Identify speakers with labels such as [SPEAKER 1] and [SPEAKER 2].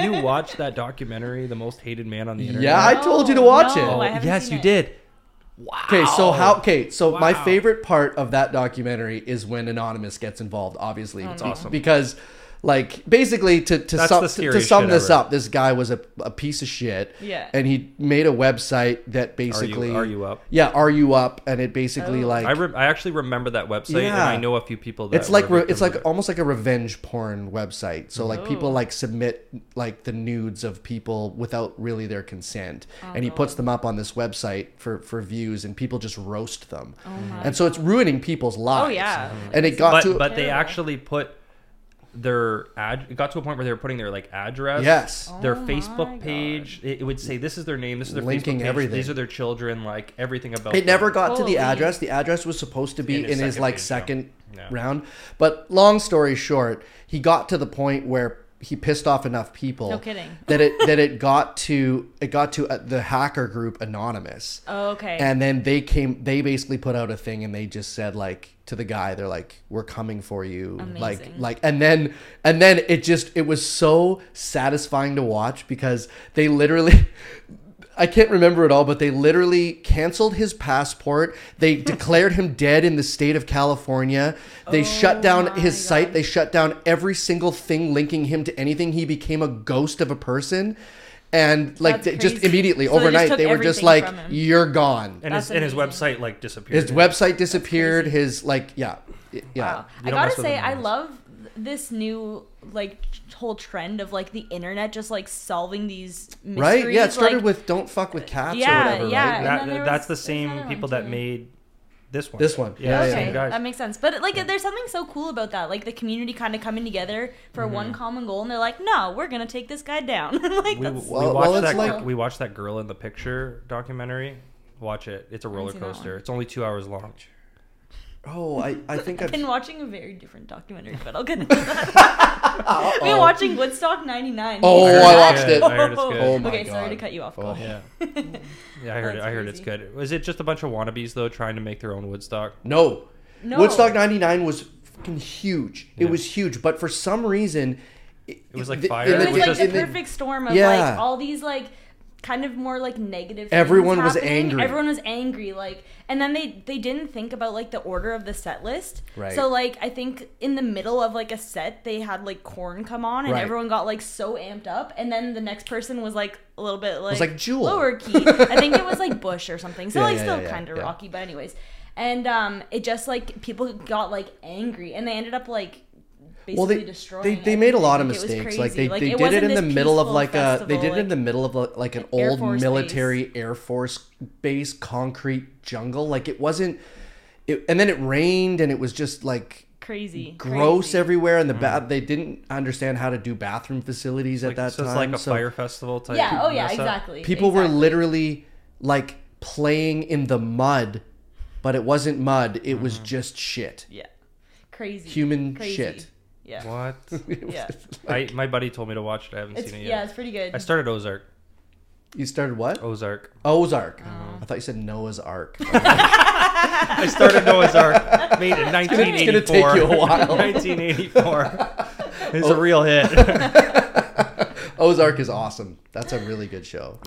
[SPEAKER 1] you watch that documentary, The Most Hated Man on the Internet?
[SPEAKER 2] Yeah, I told you to watch
[SPEAKER 3] No,
[SPEAKER 2] it.
[SPEAKER 1] Oh,
[SPEAKER 3] I haven't
[SPEAKER 1] yes,
[SPEAKER 3] seen
[SPEAKER 1] you
[SPEAKER 3] it.
[SPEAKER 1] did. Wow.
[SPEAKER 2] Okay, so how? Okay, so my
[SPEAKER 1] Wow.
[SPEAKER 2] favorite part of that documentary is when Anonymous gets involved. Obviously,
[SPEAKER 3] Oh,
[SPEAKER 2] it's
[SPEAKER 1] awesome.
[SPEAKER 2] because, like, basically to to
[SPEAKER 1] That's
[SPEAKER 2] sum,
[SPEAKER 1] the
[SPEAKER 2] to
[SPEAKER 1] scariest
[SPEAKER 2] sum
[SPEAKER 1] shit
[SPEAKER 2] this
[SPEAKER 1] ever.
[SPEAKER 2] up, this guy was a, a piece of shit.
[SPEAKER 3] Yeah.
[SPEAKER 2] and he made a website that
[SPEAKER 1] Are you-
[SPEAKER 2] basically
[SPEAKER 1] Are you up?
[SPEAKER 2] Yeah, are you up? And it basically
[SPEAKER 3] Oh.
[SPEAKER 2] like
[SPEAKER 1] I, re- I actually remember that website, and
[SPEAKER 2] Yeah.
[SPEAKER 1] I know a few people. That
[SPEAKER 2] it's like
[SPEAKER 1] were
[SPEAKER 2] re-
[SPEAKER 1] victims
[SPEAKER 2] it's
[SPEAKER 1] of
[SPEAKER 2] like
[SPEAKER 1] it.
[SPEAKER 2] almost like a revenge porn website. So like
[SPEAKER 3] Oh.
[SPEAKER 2] people like submit like the nudes of people without really their consent,
[SPEAKER 3] Oh,
[SPEAKER 2] and he puts them up on this website for for views, and people just roast them. and so it's ruining people's lives.
[SPEAKER 3] Oh yeah. Mhm.
[SPEAKER 2] and it got
[SPEAKER 1] but
[SPEAKER 2] to
[SPEAKER 1] but they
[SPEAKER 3] Terrible.
[SPEAKER 1] actually put their ad. It got to a point where they were putting their like address.
[SPEAKER 2] yes,
[SPEAKER 1] Their
[SPEAKER 3] Oh my
[SPEAKER 1] Facebook
[SPEAKER 3] God.
[SPEAKER 1] page, it it would say this is their name, this is their
[SPEAKER 2] Linking
[SPEAKER 1] Facebook page,
[SPEAKER 2] everything.
[SPEAKER 1] these are their children, like everything about.
[SPEAKER 2] it
[SPEAKER 1] them.
[SPEAKER 2] never got to
[SPEAKER 3] Holy.
[SPEAKER 2] the address. The address was supposed to be
[SPEAKER 1] In
[SPEAKER 2] in
[SPEAKER 1] his
[SPEAKER 2] his,
[SPEAKER 1] second
[SPEAKER 2] like
[SPEAKER 1] page, yeah.
[SPEAKER 2] second
[SPEAKER 1] Yeah.
[SPEAKER 2] round. But long story short, he got to the point where he pissed off enough people
[SPEAKER 3] No kidding.
[SPEAKER 2] that it that it got to it got to uh, the hacker group anonymous.
[SPEAKER 3] Oh, okay.
[SPEAKER 2] And then they came. They basically put out a thing, and they just said like to the guy, they're like, "We're coming for you." Like,
[SPEAKER 3] Amazing.
[SPEAKER 2] like, and then, and then it just it was so satisfying to watch because they literally. I can't remember it all, but they literally canceled his passport. They declared him dead in the state of California. They shut down
[SPEAKER 3] Oh my
[SPEAKER 2] his site. They shut down every single thing linking him to anything. He became a ghost of a person. And like
[SPEAKER 3] That's
[SPEAKER 2] they- just
[SPEAKER 3] crazy.
[SPEAKER 2] immediately
[SPEAKER 3] So they just
[SPEAKER 2] overnight,
[SPEAKER 3] took
[SPEAKER 2] they were just
[SPEAKER 3] everything
[SPEAKER 2] like,
[SPEAKER 3] from him.
[SPEAKER 2] "You're gone."
[SPEAKER 1] And his,
[SPEAKER 3] That's
[SPEAKER 1] and his
[SPEAKER 3] amazing.
[SPEAKER 1] website like disappeared.
[SPEAKER 2] His website disappeared. His like, yeah, y- yeah.
[SPEAKER 3] Wow.
[SPEAKER 1] You
[SPEAKER 3] I
[SPEAKER 1] don't
[SPEAKER 3] gotta
[SPEAKER 1] mess with
[SPEAKER 3] say,
[SPEAKER 1] them
[SPEAKER 3] I
[SPEAKER 1] guys.
[SPEAKER 3] love th- this new like t- whole trend of like the internet just like solving these mysteries.
[SPEAKER 2] Right? Yeah, it started
[SPEAKER 3] like,
[SPEAKER 2] with "Don't fuck with cats"
[SPEAKER 3] Yeah,
[SPEAKER 2] or whatever.
[SPEAKER 3] yeah.
[SPEAKER 2] Right?
[SPEAKER 3] and
[SPEAKER 1] That-
[SPEAKER 3] then there
[SPEAKER 1] that's
[SPEAKER 3] was-
[SPEAKER 1] the
[SPEAKER 3] there's another
[SPEAKER 1] same
[SPEAKER 3] one,
[SPEAKER 1] people that
[SPEAKER 3] too.
[SPEAKER 1] made this one.
[SPEAKER 2] This one.
[SPEAKER 1] Yeah,
[SPEAKER 2] Yeah,
[SPEAKER 1] same
[SPEAKER 3] Okay,
[SPEAKER 1] guys.
[SPEAKER 3] that makes sense. But like, there's something so cool about that. Like the community kind of coming together for
[SPEAKER 1] Mm-hmm.
[SPEAKER 3] one common goal, and they're like, "No, we're gonna take this guy down." like,
[SPEAKER 1] we, we
[SPEAKER 3] that's,
[SPEAKER 2] Well,
[SPEAKER 1] watched
[SPEAKER 2] well, it's
[SPEAKER 1] that
[SPEAKER 2] like-
[SPEAKER 1] we watched that girl in the picture documentary. Watch it. It's a roller
[SPEAKER 3] seen that
[SPEAKER 1] coaster.
[SPEAKER 3] one.
[SPEAKER 1] It's only two hours long.
[SPEAKER 2] Oh, I, I think
[SPEAKER 3] I've
[SPEAKER 2] I've,
[SPEAKER 3] been watching a very different documentary, but I'll get into that.
[SPEAKER 2] Uh-oh.
[SPEAKER 3] We've been watching Woodstock '99.
[SPEAKER 2] Oh,
[SPEAKER 1] I
[SPEAKER 2] watched
[SPEAKER 1] good.
[SPEAKER 2] it.
[SPEAKER 1] I heard it's good.
[SPEAKER 2] Oh my
[SPEAKER 3] okay, sorry
[SPEAKER 2] God.
[SPEAKER 3] to cut you off. Go
[SPEAKER 2] Oh.
[SPEAKER 3] ahead.
[SPEAKER 1] Yeah, yeah. I heard. it.
[SPEAKER 3] That's
[SPEAKER 1] I heard it's
[SPEAKER 3] crazy.
[SPEAKER 1] good. Was it just a bunch of wannabes though, trying to make their own Woodstock?
[SPEAKER 2] no.
[SPEAKER 3] No.
[SPEAKER 2] Woodstock '99 was fucking huge. It
[SPEAKER 1] Yeah.
[SPEAKER 2] was huge, but for some reason, it,
[SPEAKER 1] was like
[SPEAKER 2] the-
[SPEAKER 1] fire.
[SPEAKER 2] in
[SPEAKER 3] It
[SPEAKER 1] It
[SPEAKER 3] was like
[SPEAKER 1] just-
[SPEAKER 3] the
[SPEAKER 2] in
[SPEAKER 3] perfect storm of
[SPEAKER 2] Yeah.
[SPEAKER 3] like all these like kind of more like negative. things
[SPEAKER 2] Everyone was
[SPEAKER 3] happening.
[SPEAKER 2] angry.
[SPEAKER 3] Everyone was angry. Like, and then they they didn't think about like the order of the set list.
[SPEAKER 2] Right.
[SPEAKER 3] So like I think in the middle of like a set they had like corn come on and
[SPEAKER 2] Right.
[SPEAKER 3] everyone got like so amped up and then the next person was like a little bit like,
[SPEAKER 2] like Jewel.
[SPEAKER 3] lower key. I think it was like Bush or something. So
[SPEAKER 2] Yeah,
[SPEAKER 3] like
[SPEAKER 2] yeah,
[SPEAKER 3] still
[SPEAKER 2] yeah, yeah,
[SPEAKER 3] kind of
[SPEAKER 2] yeah.
[SPEAKER 3] rocky, but anyways. And um, it just like people got like angry and they ended up like. Basically
[SPEAKER 2] well, they,
[SPEAKER 3] destroying
[SPEAKER 2] they they made a lot of
[SPEAKER 3] everything. It was
[SPEAKER 2] mistakes. Like they,
[SPEAKER 3] crazy.
[SPEAKER 2] they
[SPEAKER 3] it
[SPEAKER 2] did it
[SPEAKER 3] wasn't
[SPEAKER 2] in the
[SPEAKER 3] this
[SPEAKER 2] middle of
[SPEAKER 3] peaceful
[SPEAKER 2] like a they
[SPEAKER 3] festival,
[SPEAKER 2] did it in the
[SPEAKER 3] like-
[SPEAKER 2] middle of a, like an
[SPEAKER 3] Air
[SPEAKER 2] old
[SPEAKER 3] Force
[SPEAKER 2] military air force base concrete jungle. Like it wasn't. It, and then it rained, and it was just like
[SPEAKER 3] crazy,
[SPEAKER 2] gross
[SPEAKER 3] crazy.
[SPEAKER 2] everywhere. And the bath they didn't understand how to do bathroom facilities at
[SPEAKER 1] Mm. Like,
[SPEAKER 2] that
[SPEAKER 1] so
[SPEAKER 2] time.
[SPEAKER 1] it's like a
[SPEAKER 2] so
[SPEAKER 1] fire festival type.
[SPEAKER 3] Yeah. Oh yeah.
[SPEAKER 1] mess up.
[SPEAKER 3] Exactly.
[SPEAKER 2] people were
[SPEAKER 3] exactly.
[SPEAKER 2] literally like playing in the mud, but it wasn't mud. It
[SPEAKER 1] Mm.
[SPEAKER 2] was just shit.
[SPEAKER 3] yeah, crazy
[SPEAKER 2] Human
[SPEAKER 3] Crazy.
[SPEAKER 2] shit.
[SPEAKER 3] Yeah.
[SPEAKER 1] What?
[SPEAKER 3] Yeah.
[SPEAKER 1] I, my buddy told me to watch it. I haven't
[SPEAKER 3] It's,
[SPEAKER 1] seen it
[SPEAKER 3] yeah,
[SPEAKER 1] yet.
[SPEAKER 3] it's pretty good.
[SPEAKER 1] I started Ozark.
[SPEAKER 2] You started what?
[SPEAKER 1] Ozark.
[SPEAKER 2] Ozark. I thought you said Noah's Ark.
[SPEAKER 1] I started Noah's Ark made in
[SPEAKER 2] it's
[SPEAKER 1] 1984.
[SPEAKER 2] gonna take you a while.
[SPEAKER 1] 1984. It's a real hit.
[SPEAKER 2] Ozark is awesome. That's a really good show.